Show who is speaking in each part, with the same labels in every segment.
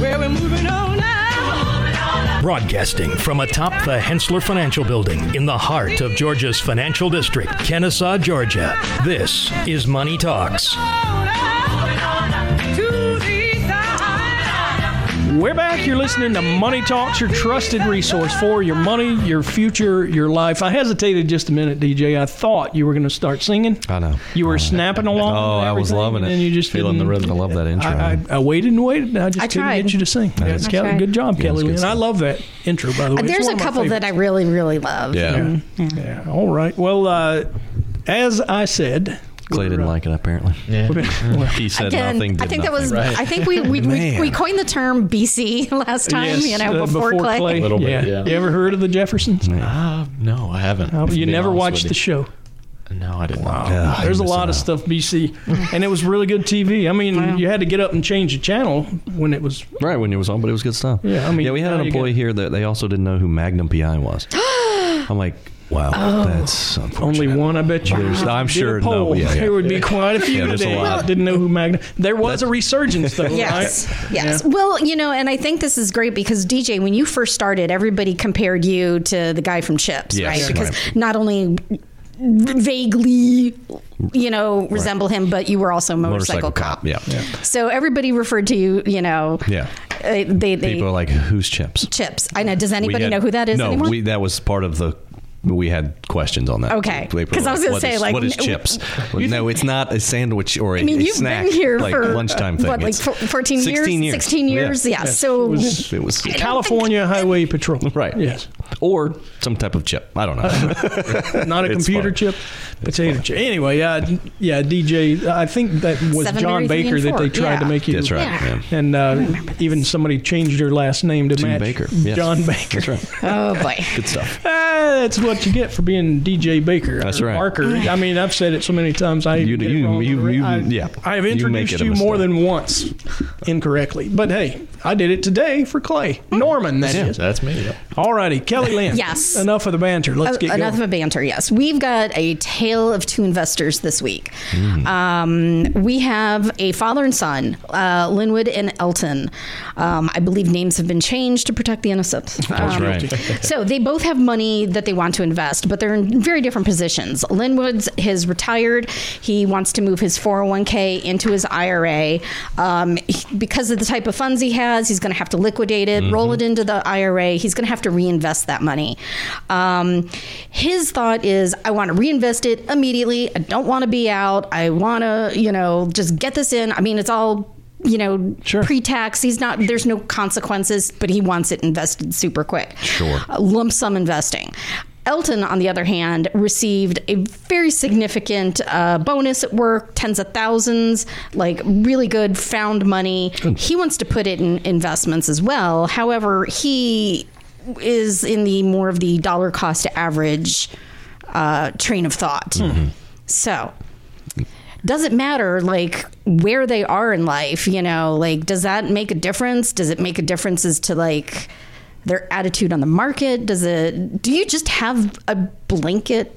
Speaker 1: Where we're moving on now.
Speaker 2: Broadcasting from atop the Hensler Financial Building in the heart of Georgia's financial district, Kennesaw, Georgia. This is Money Talks.
Speaker 1: On out to the side.
Speaker 3: We're back. You're listening to Money Talks, your trusted resource for your money, your future, your life. I hesitated just a minute, DJ. I thought you were going to start singing.
Speaker 4: I know.
Speaker 3: You were snapping along.
Speaker 4: Oh,
Speaker 3: and
Speaker 4: I was
Speaker 3: everything,
Speaker 4: loving
Speaker 3: and
Speaker 4: it.
Speaker 3: then you just
Speaker 4: Feeling the
Speaker 3: didn't-
Speaker 4: rhythm. I love that intro.
Speaker 3: I, I, I waited and waited. and I just
Speaker 5: I
Speaker 3: couldn't
Speaker 5: tried.
Speaker 3: get you to sing. That's
Speaker 5: I
Speaker 3: Kelly.
Speaker 5: tried. Uh,
Speaker 3: Good job,
Speaker 4: Yeah,
Speaker 3: Kelly.
Speaker 4: it's good
Speaker 3: Lee. And I
Speaker 4: stuff.
Speaker 3: love that intro, by the way. It's
Speaker 5: There's
Speaker 3: one
Speaker 5: a
Speaker 3: of my
Speaker 5: couple that I really, really love.
Speaker 4: yeah.
Speaker 3: favorites. Yeah. All right. Well, uh, as I said,
Speaker 4: Clay didn't like it apparently. He said
Speaker 5: Again,
Speaker 4: nothing. Did
Speaker 5: I think
Speaker 4: nothing.
Speaker 5: that was. I think we we, we
Speaker 4: Man.
Speaker 5: we coined the term BC last time. you know,
Speaker 3: uh,
Speaker 5: before, Clay.
Speaker 3: A
Speaker 6: Little bit, yeah.
Speaker 3: You ever heard of the
Speaker 4: Mm-hmm.
Speaker 3: Jeffersons?
Speaker 6: Uh, no, I haven't.
Speaker 3: Oh,
Speaker 6: to
Speaker 3: you
Speaker 6: be
Speaker 3: never
Speaker 6: honest
Speaker 3: watched
Speaker 6: with
Speaker 3: the show.
Speaker 6: you. No, I didn't.
Speaker 4: Yeah,
Speaker 3: There's a
Speaker 4: you're
Speaker 3: lot of
Speaker 4: missing
Speaker 3: stuff BC, and it was really good TV. I mean, you had to get up and change the channel when it was.
Speaker 4: out. Right when it was on, but it was good stuff.
Speaker 3: Yeah, I mean,
Speaker 4: yeah, we had
Speaker 3: now
Speaker 4: an
Speaker 3: you
Speaker 4: employee
Speaker 3: get-
Speaker 4: here that they also didn't know who Magnum PI was. I'm like, wow,
Speaker 5: Oh.
Speaker 4: that's
Speaker 3: Only
Speaker 4: unfortunate.
Speaker 3: one, I bet you.
Speaker 4: There's-
Speaker 3: If you
Speaker 4: I'm
Speaker 3: did
Speaker 4: sure-
Speaker 3: A
Speaker 4: no,
Speaker 3: poll,
Speaker 4: yeah, yeah.
Speaker 3: There would be quite a few
Speaker 4: Yeah, there's a
Speaker 3: today.
Speaker 4: lot.
Speaker 3: that Didn't know who Magna. There was a resurgence, though.
Speaker 5: Yes.
Speaker 3: right?
Speaker 5: Yes.
Speaker 3: Yeah.
Speaker 5: Well, you know, and I think this is great because DJ, when you first started, everybody compared you to the guy from Chips,
Speaker 4: Yes,
Speaker 5: right? Because
Speaker 4: right.
Speaker 5: not only vaguely, you know, resemble him, but you were also a motorcycle,
Speaker 4: Motorcycle
Speaker 5: cop.
Speaker 4: cop. Yeah. yeah.
Speaker 5: So everybody referred to you, you know,
Speaker 4: Yeah.
Speaker 5: uh, they, they
Speaker 4: People are like, who's Chips?
Speaker 5: Chips. I know. Does
Speaker 4: We
Speaker 5: anybody
Speaker 4: had-
Speaker 5: know who that is
Speaker 4: No,
Speaker 5: anymore?
Speaker 4: we that was part of the. We had questions on that.
Speaker 5: Okay.
Speaker 4: They were
Speaker 5: 'Cause I was gonna
Speaker 4: what
Speaker 5: say,
Speaker 4: is-
Speaker 5: like,
Speaker 4: what is
Speaker 5: no-
Speaker 4: chips? Well, no, it's not a sandwich or a,
Speaker 5: I mean,
Speaker 4: a
Speaker 5: you've
Speaker 4: snack.
Speaker 5: been here
Speaker 4: like
Speaker 5: for
Speaker 4: lunchtime thing.
Speaker 5: What, like
Speaker 4: It's
Speaker 5: four- 14
Speaker 4: 16 years.
Speaker 5: 16 years?
Speaker 4: Yeah.
Speaker 5: Yeah. So
Speaker 3: It was
Speaker 4: It was
Speaker 3: California Highway Patrol.
Speaker 4: right.
Speaker 3: Yes.
Speaker 4: or some type of chip. I don't know.
Speaker 3: Not a
Speaker 4: It's
Speaker 3: computer
Speaker 4: fun.
Speaker 3: chip, potato chip. Anyway, uh, yeah, DJ. I think that was
Speaker 5: Seven
Speaker 3: John
Speaker 5: Berries,
Speaker 3: Baker
Speaker 5: Indian
Speaker 3: that they
Speaker 5: Fork,
Speaker 3: tried to
Speaker 5: yeah.
Speaker 3: make you.
Speaker 4: That's right.
Speaker 5: Yeah.
Speaker 4: Yeah.
Speaker 3: And uh, even somebody changed their last name to,
Speaker 4: To
Speaker 3: match
Speaker 4: Baker, yes.
Speaker 3: John Baker.
Speaker 4: That's right.
Speaker 5: oh boy.
Speaker 4: Good stuff.
Speaker 3: Ah, that's what you get for being DJ Baker.
Speaker 4: That's
Speaker 3: or
Speaker 4: right.
Speaker 3: Barker. I mean, I've said it so many times. I
Speaker 4: You-
Speaker 3: get it
Speaker 4: you-
Speaker 3: wrong.
Speaker 4: you- you-
Speaker 3: I,
Speaker 4: yeah.
Speaker 3: I have
Speaker 4: You make
Speaker 3: introduced
Speaker 4: it a
Speaker 3: you, more
Speaker 4: mistake.
Speaker 3: than once incorrectly. But hey, I did it today for Clay Norman. That is.
Speaker 6: Yeah, that's me. Yeah.
Speaker 3: All righty, Kelly Lynn.
Speaker 5: Yes.
Speaker 3: Enough of the banter. Let's
Speaker 5: Oh,
Speaker 3: get
Speaker 5: enough
Speaker 3: going.
Speaker 5: of a banter. Yes, we've got a tale of two investors this week.
Speaker 4: Hmm.
Speaker 5: Um, we have a father and son, uh, Linwood and Elton. Um, I believe names have been changed to protect the innocent. Um, so they both have money that they want to invest, but they're in very different positions. Linwood's his retired. He wants to move his 401k into his IRA. Um, he- because of the type of funds he has, he's going to have to liquidate it, roll it into the IRA. He's going to have to reinvest that money. Um, his thought is, I want to reinvest it immediately. I don't want to be out. I want to, you know, just get this in. I mean, it's all you know, pre-tax. He's not. There's no consequences, but he wants it invested super quick. Sure. lump sum investing. Elton, on the other hand, received a very significant uh, bonus at work, tens of thousands, like really good found money. He wants to put it in investments as well. However, he is in the more of the dollar cost average uh, train of thought. So doesn't matter like where they are in life you know like does that make a difference does it make a difference as to like their attitude on the market does it do you just have a blanket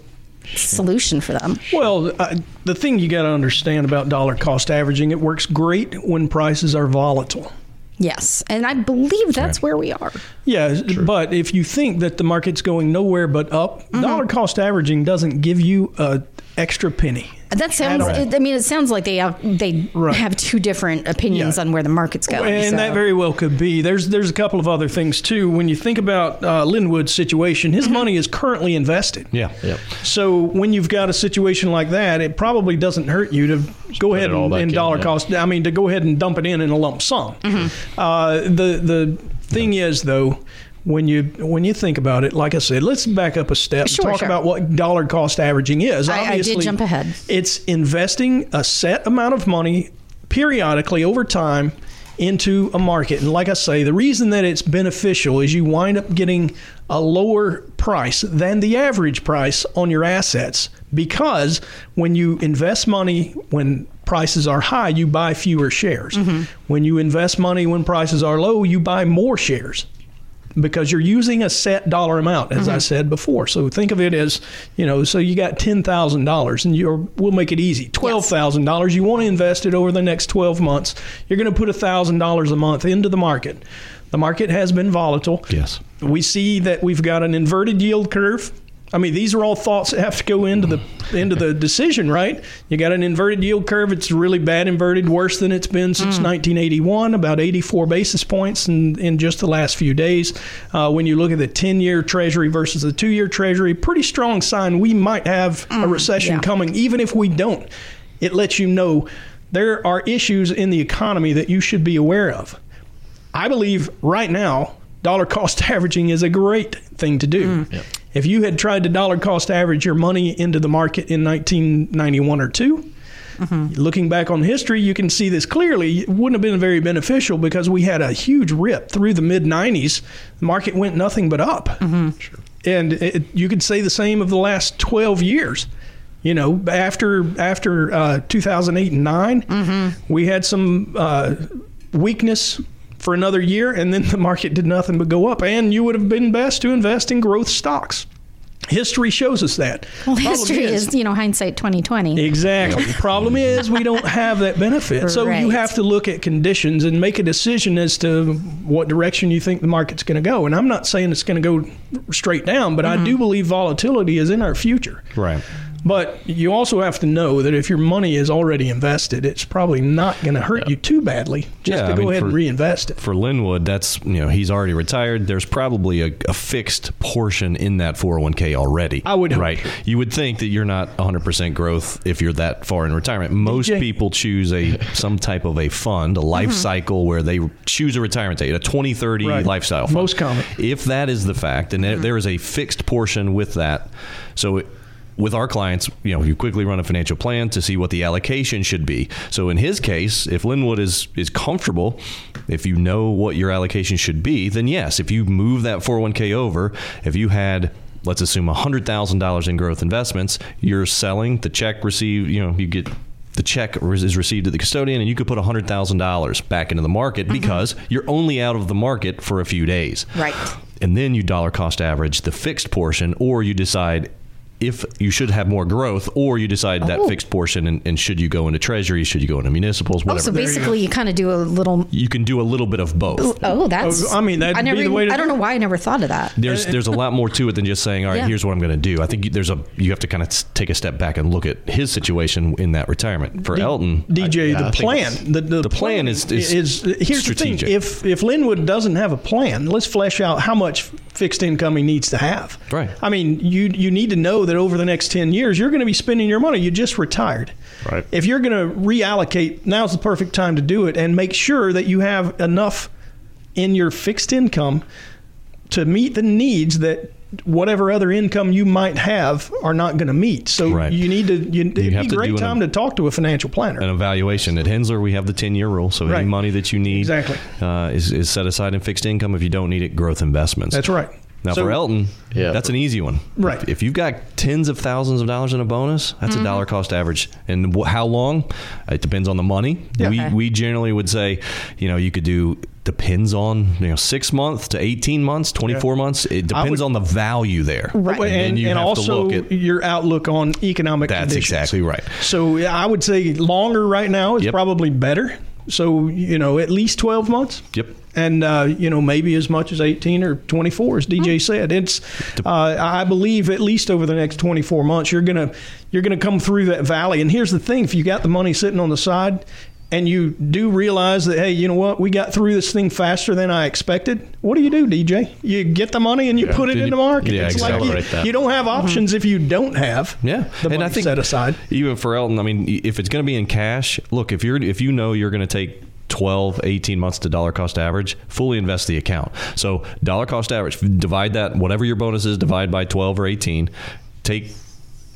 Speaker 5: solution for them
Speaker 3: Well, I, the thing you got to understand about dollar cost averaging, it works great when prices are volatile.
Speaker 5: yes and i believe that's where we are
Speaker 3: Yeah, but if you think that the market's going nowhere but up,
Speaker 5: Mm-hmm.
Speaker 3: dollar cost averaging doesn't give you a extra penny.
Speaker 5: that sounds it, i mean it sounds like they have they
Speaker 3: Right.
Speaker 5: have two different opinions
Speaker 3: Yeah.
Speaker 5: on where the market's going
Speaker 3: And
Speaker 5: so-
Speaker 3: that very well could be. There's there's a couple of other things too. When you think about uh, Linwood's situation,
Speaker 5: Mm-hmm.
Speaker 3: his money is currently invested.
Speaker 4: Yeah.
Speaker 6: Yep.
Speaker 3: So when you've got a situation like that, it probably doesn't hurt you to go ahead
Speaker 6: it all
Speaker 3: and,
Speaker 6: back
Speaker 3: and
Speaker 6: in,
Speaker 3: dollar
Speaker 6: yeah.
Speaker 3: cost. I mean, to go ahead and dump it in in a lump sum.
Speaker 5: Mm-hmm.
Speaker 3: Uh, the the thing is though. When you when you think about it, like I said, let's back up a step
Speaker 5: Sure,
Speaker 3: and talk
Speaker 5: sure.
Speaker 3: about what dollar cost averaging is.
Speaker 5: I- I did
Speaker 3: Obviously,
Speaker 5: jump ahead.
Speaker 3: It's investing a set amount of money periodically over time into a market. And like I say, the reason that it's beneficial is you wind up getting a lower price than the average price on your assets because when you invest money when prices are high, you buy
Speaker 5: Mm-hmm.
Speaker 3: fewer shares. When you invest money when prices are low, you buy more shares. because you're using a set dollar amount, as I said before. So think of it as, you know, so you got ten thousand dollars, and you're we'll make it easy twelve thousand dollars. You want to invest it over the next twelve months. You're going to put thousand dollars a month into the market. The market has been volatile.
Speaker 4: Yes.
Speaker 3: We see that we've got an inverted yield curve. I mean, these are all thoughts that have to go into the into the decision, right? You got an inverted yield curve. It's really bad inverted, worse than it's been since 1981, about 84 basis points in, in just the last few days. Uh, when you look at the 10-year Treasury versus the two-year Treasury, pretty strong sign we might have a recession
Speaker 5: yeah.
Speaker 3: coming, even if we don't. It lets you know there are issues in the economy that you should be aware of. I believe right now, dollar cost averaging is a great thing to do. If you had tried to dollar cost average your money into the market in 1991 or 2, looking back on history, you can see this clearly. It wouldn't have been very beneficial because we had a huge rip through the mid 90s. The market went nothing but up. And it, you could say the same of the last 12 years. You know, after after uh, 2008 and 9,
Speaker 5: Mm-hmm.
Speaker 3: we had some uh, weakness for another year, and then the market did nothing but go up. And you would have been best to invest in growth stocks. History shows us that.
Speaker 5: Well,
Speaker 3: Problem
Speaker 5: history is, you know, hindsight 2020.
Speaker 3: Exactly. The problem is we don't have that benefit. So you
Speaker 5: Right.
Speaker 3: have to look at conditions and make a decision as to what direction you think the market's going to go. And I'm not saying it's going to go straight down, but
Speaker 5: Mm-hmm.
Speaker 3: I do believe volatility is in our future.
Speaker 4: Right.
Speaker 3: But you also have to know that if your money is already invested, it's probably not going to hurt you too badly just
Speaker 4: Yeah,
Speaker 3: to go
Speaker 4: I mean,
Speaker 3: ahead and
Speaker 4: for-
Speaker 3: reinvest it.
Speaker 4: For Linwood, that's you know he's already retired. There's probably a, a fixed portion in that 401k already.
Speaker 3: I would hope.
Speaker 4: right. You would think that you're not 100% growth if you're that far in retirement. Most
Speaker 3: DJ.
Speaker 4: people choose a some type of a fund, a life cycle where they choose a retirement date, a 2030
Speaker 3: Mm-hmm. Right.
Speaker 4: lifestyle. Fund.
Speaker 3: Most common.
Speaker 4: If that is the fact, and there, there is a fixed portion with that, so. It, with our clients, you know, you quickly run a financial plan to see what the allocation should be. So in his case, if Linwood is is comfortable, if you know what your allocation should be, then yes, if you move that 401k over, if you had let's assume $100,000 in growth investments, you're selling the check receive, you know, you get the check is received at the custodian and you could put $100,000 back into the market because you're only out of the market for a few days.
Speaker 5: Right.
Speaker 4: And then you dollar cost average the fixed portion or you decide if you should have more growth or you decide that
Speaker 5: Oh.
Speaker 4: fixed portion and, and should you go into treasuries, should you go into municipals,
Speaker 5: Oh,
Speaker 4: whatever.
Speaker 5: so basically you, kind of do a little.
Speaker 4: you can do a little bit of both.
Speaker 5: Oh, that's.
Speaker 3: I mean, that'd
Speaker 5: I
Speaker 3: be
Speaker 5: never
Speaker 3: the
Speaker 5: even-
Speaker 3: way to
Speaker 5: I don't
Speaker 3: do
Speaker 5: know why I never thought of that.
Speaker 4: there's there's a lot more to it than just saying all right
Speaker 5: Yeah.
Speaker 4: here's what i'm going to do i think you- there's a you have to kind of take a step back and look at his situation in that retirement for elton
Speaker 3: DJ,
Speaker 6: yeah, I
Speaker 3: the
Speaker 6: think it's-
Speaker 3: plan, the, the,
Speaker 4: The plan is- is
Speaker 3: here's the
Speaker 4: strategic.
Speaker 3: thing: if if Linwood doesn't have a plan, let's flesh out how much fixed income he needs to have.
Speaker 4: Right.
Speaker 3: I mean, you you need to know that over the next ten years, you're going to be spending your money. You just retired.
Speaker 6: Right.
Speaker 3: If you're going to reallocate, now's the perfect time to do it, and make sure that you have enough in your fixed income to meet the needs that whatever other income you might have are not going to meet. So
Speaker 4: Right.
Speaker 3: you need to you, it'd
Speaker 4: have
Speaker 3: be
Speaker 4: to
Speaker 3: a
Speaker 4: do
Speaker 3: great
Speaker 4: an-
Speaker 3: time to talk to a financial planner.
Speaker 4: an evaluation at hensler we have the 10 year rule so
Speaker 3: Right.
Speaker 4: any money that you need
Speaker 3: Exactly.
Speaker 4: uh, is, is set aside in fixed income if you don't need it growth investments
Speaker 3: That's right.
Speaker 4: now
Speaker 3: So-
Speaker 4: for elton
Speaker 6: Yeah.
Speaker 4: that's an easy one
Speaker 3: Right.
Speaker 4: if, if you've got tens of thousands of dollars in a bonus that's
Speaker 5: Mm-hmm.
Speaker 4: a dollar cost average and wh- how long it depends on the money we,
Speaker 5: Okay.
Speaker 4: we generally would say you know you could do depends on you know six months to 18 months 24 months it depends
Speaker 3: would-
Speaker 4: on the value there
Speaker 5: Right.
Speaker 3: Well,
Speaker 4: then
Speaker 3: and,
Speaker 4: you
Speaker 3: and
Speaker 4: have to
Speaker 3: also
Speaker 4: look at-
Speaker 3: your outlook on economic
Speaker 4: That's
Speaker 3: conditions.
Speaker 4: exactly right.
Speaker 3: So yeah, I would say longer right now is
Speaker 4: Yep.
Speaker 3: probably better. So you know at least twelve months.
Speaker 4: Yep.
Speaker 3: And uh, you know maybe as much as eighteen or twenty four, as
Speaker 5: Hmm.
Speaker 3: DJ said. It's uh, I believe at least over the next twenty four months you're gonna you're gonna come through that valley. And here's the thing: if you got the money sitting on the side. And you do realize that, hey, you know what? We got through this thing faster than I expected. What do you do, DJ? You get the money and you put it
Speaker 4: Then
Speaker 3: in the
Speaker 4: you-
Speaker 3: market.
Speaker 4: yeah, Mm-hmm.
Speaker 3: it's like
Speaker 6: accelerate
Speaker 3: you,
Speaker 6: that.
Speaker 3: you don't have options if you don't have
Speaker 4: Yeah,
Speaker 3: the money
Speaker 4: and I think
Speaker 3: set aside.
Speaker 4: Even for Elton, I mean, if it's going to be in cash, look if you're if you know you're going to take. 12 18 months to dollar cost average fully invest the account so dollar cost average divide that whatever your bonus is divide by 12 or 18 take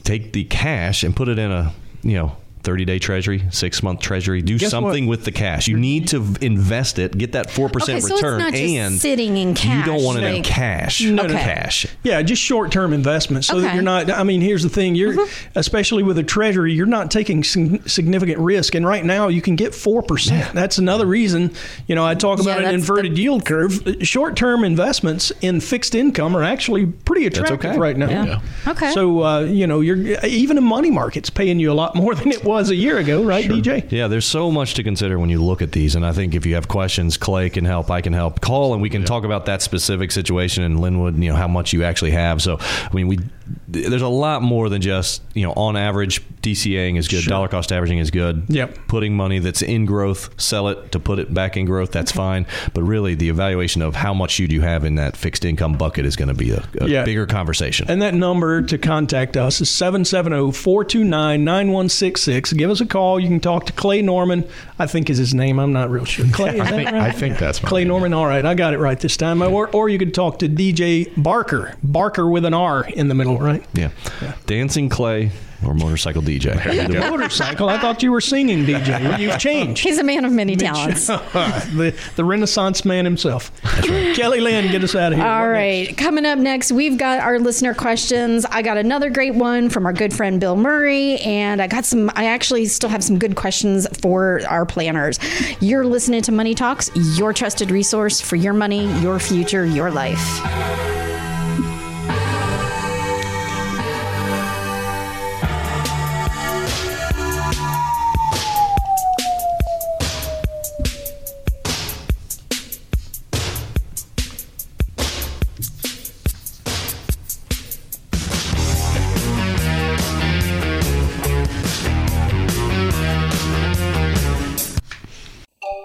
Speaker 4: take the cash and put it in a you know 30 day treasury, six month treasury. Do
Speaker 6: Guess
Speaker 4: something with the cash. You need to v- invest it, get that 4%
Speaker 5: Okay,
Speaker 4: return.
Speaker 5: so it's not just
Speaker 4: and
Speaker 5: sitting in
Speaker 4: You
Speaker 5: cash,
Speaker 4: don't want it in
Speaker 5: like-
Speaker 4: cash.
Speaker 5: no. Okay.
Speaker 4: Cash.
Speaker 3: Yeah, just short-term investments, so that
Speaker 5: Okay. Mm-hmm.
Speaker 3: you're not. I mean, here's the thing: you're, especially with a treasury, you're not taking sig- significant risk. And right now, you can get four percent. That's another reason. You know, I talk
Speaker 5: Yeah,
Speaker 3: about an
Speaker 5: that's
Speaker 3: inverted yield curve. Short-term investments in fixed income are actually pretty attractive
Speaker 4: okay.
Speaker 3: right now.
Speaker 5: Yeah. Okay.
Speaker 3: So uh, you know, you're even a money market's paying you a lot more than it was a year ago, right, DJ?
Speaker 4: Yeah, there's so much to consider when you look at these. And I think if you have questions, Clay can help, I can help. Call and we can talk about that specific situation in Linwood, you know, how much you actually have. So, I mean, we there's a lot more than just, you know, on average, DCAing is good, dollar cost averaging is good.
Speaker 3: Yep.
Speaker 4: Putting money that's in growth, sell it to put it back in growth,
Speaker 3: Mm-hmm.
Speaker 4: that's fine. But really, the evaluation of how much you do have in that fixed income bucket is going to be a, a
Speaker 3: Yeah.
Speaker 4: bigger conversation.
Speaker 3: And that number to contact us is oh, 770 429 9166. Give us a call. You can talk to Clay Norman, I think is his name. I'm not real sure. Clay, is
Speaker 6: I
Speaker 3: that
Speaker 6: think,
Speaker 3: right?
Speaker 6: I think that's my
Speaker 3: Clay
Speaker 6: name.
Speaker 3: Norman, all right, I got it right this time. Or, or you could talk to DJ Barker, Barker with an R in the middle, right?
Speaker 4: yeah. Dancing Clay or motorcycle DJ. Either way.
Speaker 3: Motorcycle. I thought you were singing, DJ. You've changed.
Speaker 5: He's a man of many talents.
Speaker 3: the, the Renaissance man himself. Kelly Lynn, get us out of here.
Speaker 5: All
Speaker 3: What next?
Speaker 5: right. Coming up next, we've got our listener questions. I got another great one from our good friend Bill Murray, and I got some, I actually still have some good questions for our planners. You're listening to Money Talks, your trusted resource for your money, your future, your life.